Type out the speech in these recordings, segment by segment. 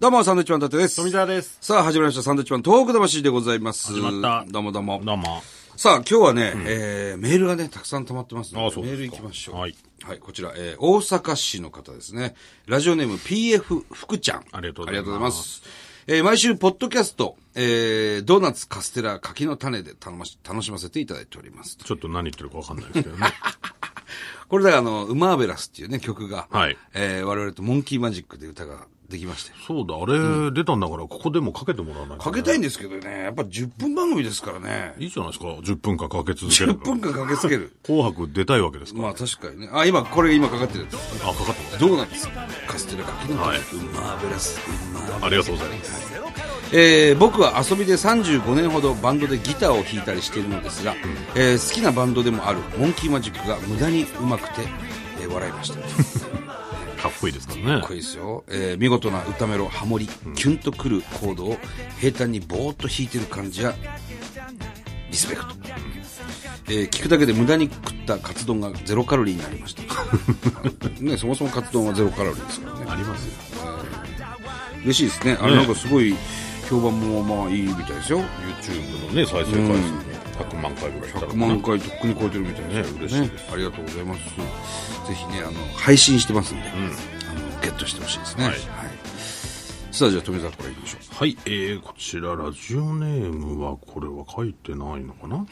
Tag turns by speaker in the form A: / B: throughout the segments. A: どうも、サンドウィッチマン伊達です。
B: 富澤です。
A: さあ、始まりました。サンドウィッチマン、東北魂でございます。
B: 始まった
A: どうもどうも。
B: どうも。
A: さあ、今日はね、えー、メールがね、たくさん溜まってますので、
B: あそう
A: メ
B: です
A: ー
B: か
A: ル行きましょう。
B: はい。
A: はい、こちら、えー、大阪市の方ですね。ラジオネーム PF 福ちゃん。
B: ありがとうございます
A: す。えー毎週、ポッドキャスト、えー、ドーナツ、カステラ、柿の種で楽し、楽しませていただいております。
B: ちょっと何言ってるかわかんないですけど ね。
A: これだから、あの、ウマーベラスっていうね、曲が、
B: はい
A: えー我々とモンキーマジックで歌ができまして。
B: そうだ、あれ出たんだから、ここでもかけてもらわないと
A: かけたいんですけどね、やっぱ10分番組ですからね。
B: いいじゃないですか。10分間かけ続け
A: 10
B: るから。
A: 分間かけつけ る。
B: 紅白出たいわけですから。
A: まあ確かにね。あ、今、これ今かかってるやつ。
B: あ、かかってます。
A: どうなんですかカステラかきの種
B: はいう
A: まーベラス。うまーベラス
B: ありがとうございます。
A: えー僕は遊びで35年ほどバンドでギターを弾いたりしているのですが、えー好きなバンドでもあるモンキーマジックが無駄にうまくて、えー笑いました。
B: かっこいいですからね
A: かっこ。いいですよ、えー見事な歌メロハモリ、キュンとくるコードを平坦にボーっと弾いてる感じやリスペクト、えー聞くだけで無駄に食ったカツ丼がゼロカロリーになりました ねそもそもカツ丼はゼロカロリーですからね
B: ありますよ。
A: 嬉しいですねあれ
B: ね
A: なんかすごい評判もまあいいみたいですよ
B: YouTube のね、再生回数も100万回ぐらいいったら
A: 100万回とっくに超えてるみたいですよ
B: ね嬉しいです
A: ありがとうございますぜひねあの配信してますんで、あのゲットしてほしいですね、
B: はい
A: さあじゃあ富澤からいきましょう
B: はい、えー、こちら、ラジオネームは、これは書いてないのかな、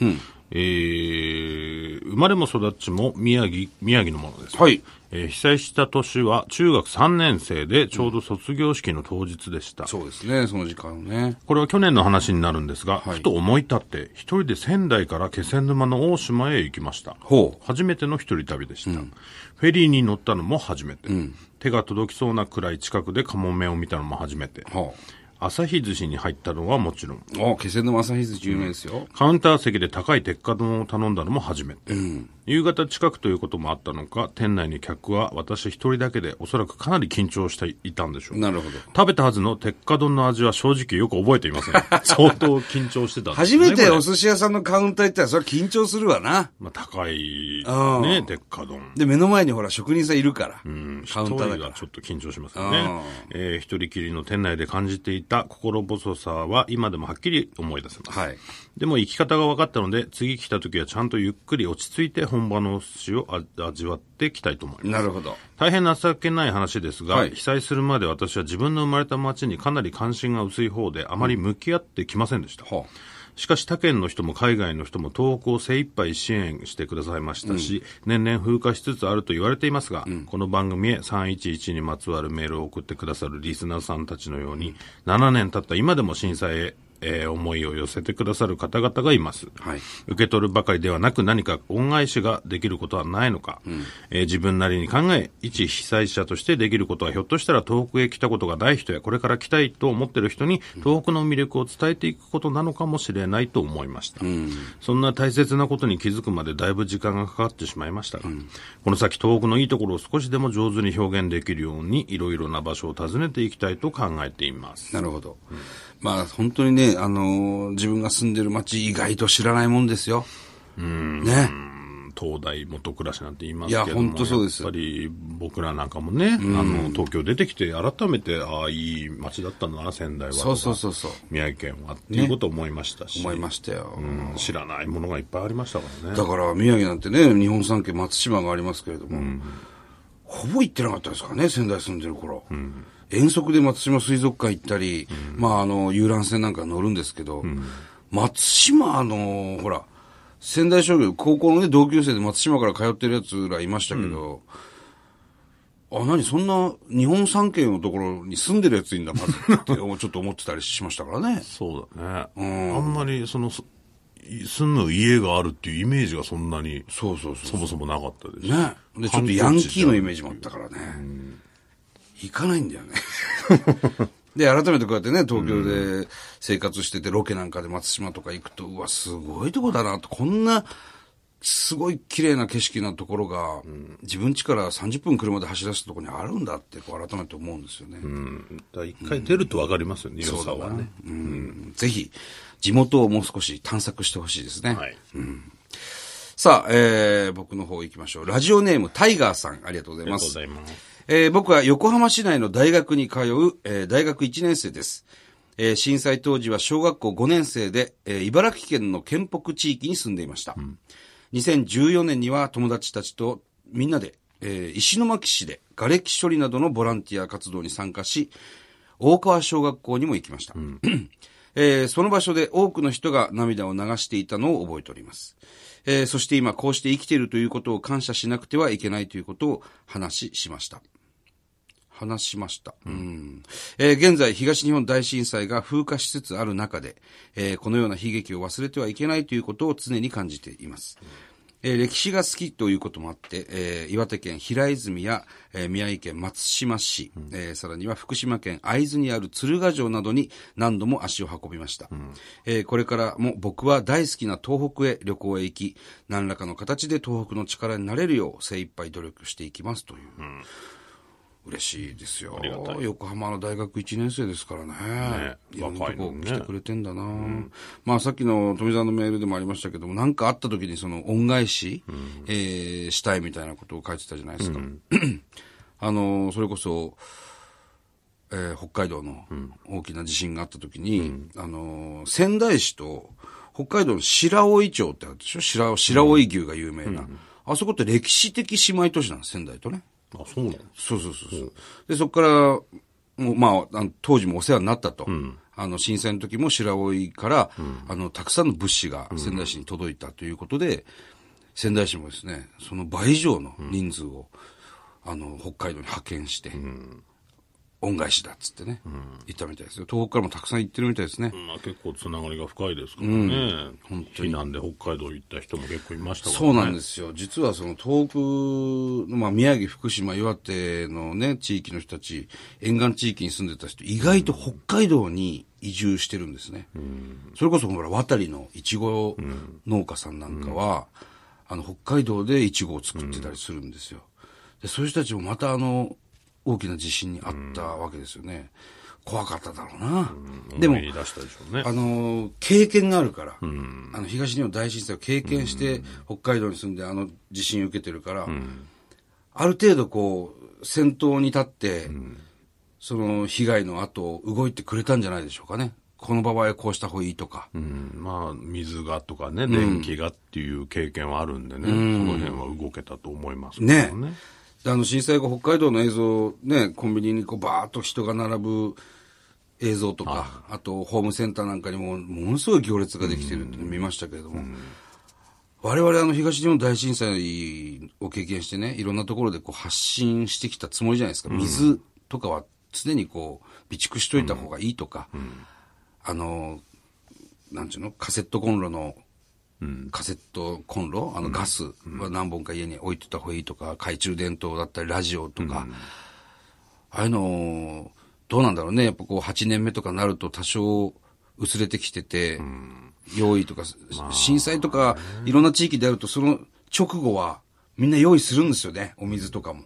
B: えー、生まれも育ちも宮城、宮城のものです。
A: はい。
B: えー被災した年は中学3年生で、ちょうど卒業式の当日でした。
A: そうですね、その時間ね。
B: これは去年の話になるんですが、
A: はい
B: ふと思い立って、一人で仙台から気仙沼の大島へ行きました。
A: ほう
B: 初めての一人旅でした、フェリーに乗ったのも初めて。手が届きそうなくらい近くでカモメを見たのも初めて。
A: は
B: 朝日寿司に入ったのはもちろん、
A: あ。ああ、気仙沼朝日寿司有名ですよ。
B: カウンター席で高い鉄火丼を頼んだのも初めて。夕方近くということもあったのか、店内に客は私一人だけで、おそらくかなり緊張していたんでしょう。
A: なるほど。
B: 食べたはずの鉄火丼の味は正直よく覚えていま せん。相当緊張してたんで
A: 初
B: すね、
A: めて
B: これ
A: お寿司屋さんのカウンター行ったら、それは緊張するわな。
B: まあ、高い
A: うん、
B: ね、鉄火丼。
A: で、目の前にほら、職人さんいるから。
B: うん
A: カウンター
B: 一人
A: だ
B: は
A: か
B: ちょっと緊張します
A: う
B: よ
A: ん
B: ね。えー一人きりの店内で感じていた心細さは今でもはっきり思い出せます。
A: ら。はい。
B: でも行き方が分かったので、次来た時はちゃんとゆっくり落ち着いて本場のお寿司をあ味わっていきたいと思います。
A: なるほど。
B: 大変情けない話ですが、
A: はい
B: 被災するまで私は自分の生まれた町にかなり関心が薄い方で、あまり向き合ってきませんでした。
A: は
B: しかし他県の人も海外の人も東北を精一杯支援してくださいましたし、年々風化しつつあると言われていますが、この番組へ311にまつわるメールを送ってくださるリスナーさんたちのように、7年経った今でも震災へ、えー思いを寄せてくださる方々がいます。
A: あ。はい。
B: 受け取るばかりではなく何か恩返しができることはないのか、えー自分なりに考え一被災者としてできることはひょっとしたら東北へ来たことがない人やこれから来たいと思っている人に東北の魅力を伝えていくことなのかもしれないと思いました、そんな大切なことに気づくまでだいぶ時間がかかってしまいましたが、この先東北のいいところを少しでも上手に表現できるようにいろいろな場所を訪ねていきたいと考えています
A: なるほど。まあ、本当にね、あのー自分が住んでる街、意外と知らないもんですよ。うん。ね。
B: 東大元暮らしなんて言いますけども
A: いや本当そうです
B: やっぱり僕らなんかもね、あの東京出てきて改めてああいい街だったんだな仙台はとか
A: そうそうそうそう。
B: 宮城県はっていうことを思いましたし、
A: 思いましたよ。
B: うん知らないものがいっぱいありましたからね
A: だから、宮城なんてね、日本三景松島がありますけれども、ほぼ行ってなかったですからね、仙台住んでる頃。遠足で松島水族館行ったり、まあ、あの、遊覧船なんか乗るんですけど、松島、あの、ほら、仙台商業、高校のね、同級生で松島から通ってるやつらいましたけど、あ、何そんな日本三景のところに住んでるやついんだ、まずって、ちょっと思ってたりしましたから ね。
B: そうだね、あんまりそのす住む家があるっていうイメージがそんなに
A: そうそうそう
B: そ。もそもなかったですし
A: ね。で、ちょっとヤンキーのイメージもあったからね。行かないんだ よね。で、改めてこうやってね、東京で生活してて、ロケなんかで松島とか行くと、うわ、すごいとこだなと、こんな、すごい綺麗な景色なところが、自分家から30分車で走らせたところにあるんだって、こう改めて思うんですよね。
B: だから一回出るとわかりますよね、良さはね
A: うんぜひ、地元をもう少し探索してほしいですね。
B: はい、
A: さあ、えー、僕の方行きましょう。ラジオネーム、タイガーさん、ありがとうござい
B: ありが
A: ま
B: とうご
A: す。
B: ざいます
A: えー僕は横浜市内の大学に通う、えー大学1年生です。えー震災当時は小学校5年生で、えー茨城県の県北地域に住んでいました。2014年には友達たちとみんなで、えー石巻市で瓦礫処理などのボランティア活動に参加し、大川小学校にも行きました。えーその場所で多くの人が涙を流していたのを覚えております。えーそして今こうして生きているということを感謝しなくてはいけないということを話ししました。話しました。うんえー現在、東日本大震災が風化しつつある中で、えーこのような悲劇を忘れてはいけないということを常に感じています。えー歴史が好きということもあって、えー岩手県平泉や、えー宮城県松島市、えーさらには福島県会津にある鶴ヶ城などに何度も足を運びました、えーこれからも僕は大好きな東北へ旅行へ行き、何らかの形で東北の力になれるよう精一杯努力していきますという。嬉しいですよ。横浜の大学1年生ですからね。
B: ね
A: いろんなとこ
B: 若いのにね
A: 来てくれてんだな、まあさっきの富澤のメールでもありましたけども、なんかあった時にその恩返し、えーしたいみたいなことを書いてたじゃないですか。 あの、それこそ、えー北海道の大きな地震があった時に、あの、仙台市と北海道の白老町ってあるでしょ白白老牛が有名な、あそこって歴史的姉妹都市なんです、仙台とね。
B: あ、そうなの
A: そうそうそうそう。で、そこから、もうまあ、あの当時もお世話になったと。あの、震災の時も白老から、あの、たくさんの物資が仙台市に届いたということで、仙台市もですね、その倍以上の人数を、あの、北海道に派遣して、恩返しだっつってね、行ったみたいですよ。東北からもたくさん行ってるみたいですね。
B: まあ、結構つながりが深いですからね、
A: 本
B: 避難で北海道行った人も結構いましたからね
A: そうなんですよ。実はその東北の、まあ、宮城、福島、岩手のね、地域の人たち、沿岸地域に住んでた人、意外と北海道に移住してるんですね。それこそ、ほら、渡りのいちご農家さんなんかは、あの、北海道でいちごを作ってたりするんですよ。で、そういう人たちもまたあの、大きな地震にあったわけですよね。怖かっただろうな。でも
B: 思、い出したでしょうね
A: あのー経験があるから、あの東日本大震災を経験して、北海道に住んであの地震を受けてるから、ある程度こう、先頭に立って、その被害の後、動いてくれたんじゃないでしょうかね。この場合はこうした方がいいとか。
B: うん、まあ水がとかね電気がっていう経験はあるんでね、その辺は動けたと思いますけど
A: ね
B: ね
A: であの震災後、北海道の映像、ね、コンビニにこうバーっと人が並ぶ映像とか、あとホームセンターなんかにも、ものすごい行列ができてるっていうのを見ましたけれども、我々あの東日本大震災を経験してね、いろんなところでこう発信してきたつもりじゃないですか。水とかは常にこう、備蓄しといた方がいいとか、あの、なんちゅうの、カセットコンロの、カセットコンロ、あのガスは何本か家に置いてた方がいいとか、懐中電灯だったり、ラジオとか、ああいうの、どうなんだろうね。やっぱこう、8年目とかになると多少薄れてきてて、用意とか、震災とか、いろんな地域であると、その直後は、みんな用意するんですよね。お水とかも。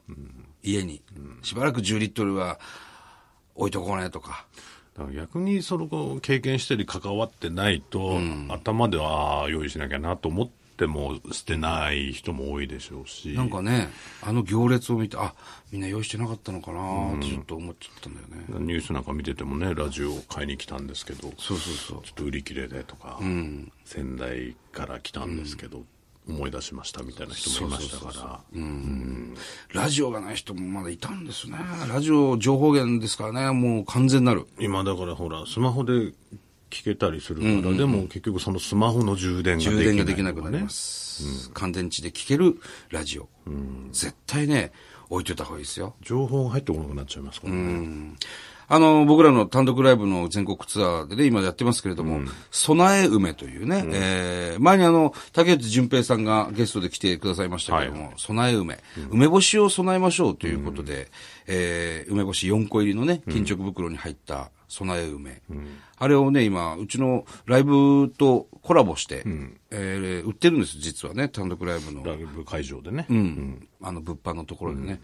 A: 家に。しばらく10リットルは置いとこうねとか。
B: だから逆にそのこう経験したり関わってないと、頭ではあー用意しなきゃなと思っても捨てない人も多いでしょうし
A: なんかね、あの行列を見て、あ、みんな用意してなかったのかなってちょっと思っちゃったんだよね。
B: ニュースなんか見ててもねラジオを買いに来たんですけど
A: そうそうそう。
B: ちょっと売り切れでとか、仙台から来たんですけど、思い出しましたみたいな人もいましたから
A: ラジオがない人もまだいたんですね。ラジオ情報源ですからね、もう完全なる。
B: 今だからほらスマホで聞けたりするから、でも結局そのスマホの充電ができない
A: 充電ができ
B: とか
A: なくなります。乾電池で聞けるラジオ。絶対ね、置いといた方がいいですよ。
B: 情報が入ってこなくなっちゃいますからね、
A: あの、僕らの単独ライブの全国ツアーでね、今やってますけれども、備え梅というね、えー前にあの、竹内淳平さんがゲストで来てくださいましたけれども、備え梅、梅干しを備えましょうということで、えー梅干し4個入りのね、巾着袋に入った備え梅。あれをね、今、うちのライブとコラボして、えー売ってるんです、実はね、単独ライブの。
B: ライブ会場でね、
A: うん、あの物販のところでね、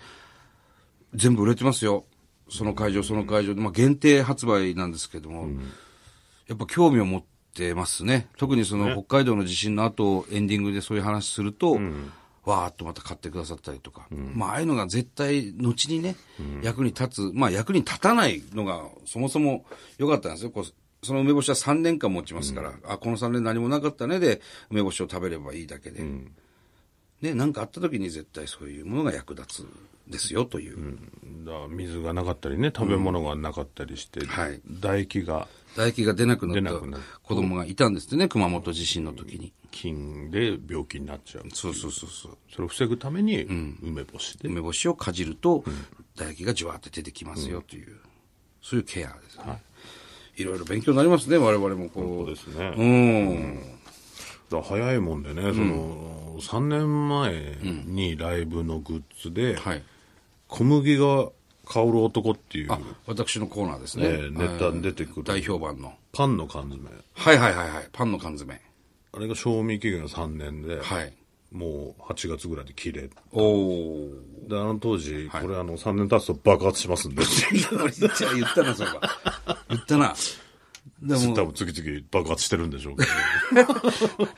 A: 全部売れてますよ、その会場、その会場で、まあ、限定発売なんですけども、やっぱ興味を持ってますね、特にその北海道の地震の後エンディングでそういう話すると、わーっとまた買ってくださったりとか、まあ、ああいうのが絶対、後にね、役に立つ、まあ、役に立たないのが、そもそも良かったんですよ。こうその梅干しは3年間持ちますから、あ、この3年何もなかったねで、梅干しを食べればいいだけで。ね、なんかあった時に絶対そういうものが役立つですよという。
B: だから水がなかったりね、食べ物がなかったりして、
A: はい
B: 唾液が
A: 唾液が出なくなった
B: 出なくなる
A: 子供がいたんですってね、熊本地震の時に。
B: 菌で病気になっちゃう。
A: そうそうそうそう。
B: それを防ぐために、梅干しで。
A: 梅干しをかじると、唾液がじわーって出てきますよという、そういうケアですね。い、ろいろ勉強になりますね、我々もこ
B: そう
A: う。
B: ですね。
A: うん。
B: だから早いもんでね、その、3年前にライブのグッズで、
A: はい。
B: 小麦が香る男っていう、
A: あ、私のコーナーですね。
B: えーネタに出てくる
A: 代表版の。
B: パンの缶詰。
A: はいはいはいはい。パンの缶詰。
B: あれが賞味期限が3年で、
A: はい。
B: もう8月ぐらいで切れ。で、
A: おー。
B: あの当時、これあの3年経つと爆発します んで、
A: じゃあ言ったな、そういえば。言ったな。でも、
B: 多分次々爆発してるんでしょうけど。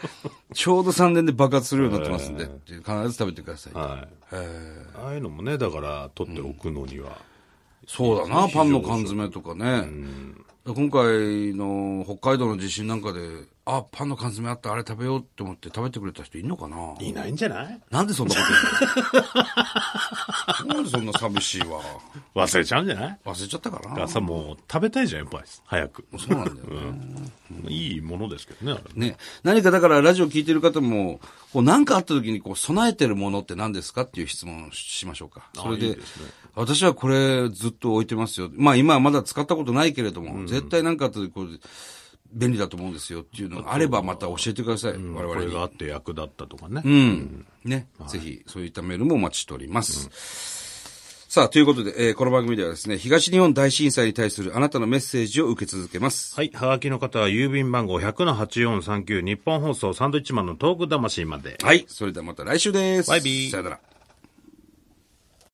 A: ちょうど3年で爆発するようになってますんで、必ず食べてください。
B: はい。ああいうのもね、だから取っておくのには。
A: そうだな、パンの缶詰とかね。今回の北海道の地震なんかで、あ、パンの缶詰あった、あれ食べようって思って食べてくれた人いんのかない
B: ないんじゃない
A: なんでそんなこと言うのなんでそんな寂しいわ。
B: 忘れちゃうんじゃない
A: 忘れちゃったか
B: だか
A: な
B: らさ、もう食べたいじゃん、やっぱり。早く。
A: そうなんだよね。
B: いいものですけどね、あれ
A: ね、何かだからラジオ聞いてる方も、こう何かあった時にこう備えてるものって何ですかっていう質問をしましょうか。それで、
B: いいですね
A: 私はこれずっと置いてますよ。まあ今はまだ使ったことないけれども、絶対何かあった時こう、便利だと思うんですよっていうのがあればまた教えてください。我
B: こ
A: 々
B: れ
A: に。
B: があって役立ったとかね。
A: うん。ね、ぜひ、そういったメールもお待ちしております。さあ、ということで、えーこの番組ではですね、東日本大震災に対するあなたのメッセージを受け続けます。
B: はい。はがきの方は郵便番号100-8439日本放送サンドイッチマンのトーク魂まで。
A: はい。それではまた来週です。
B: バイビー
A: さよなら。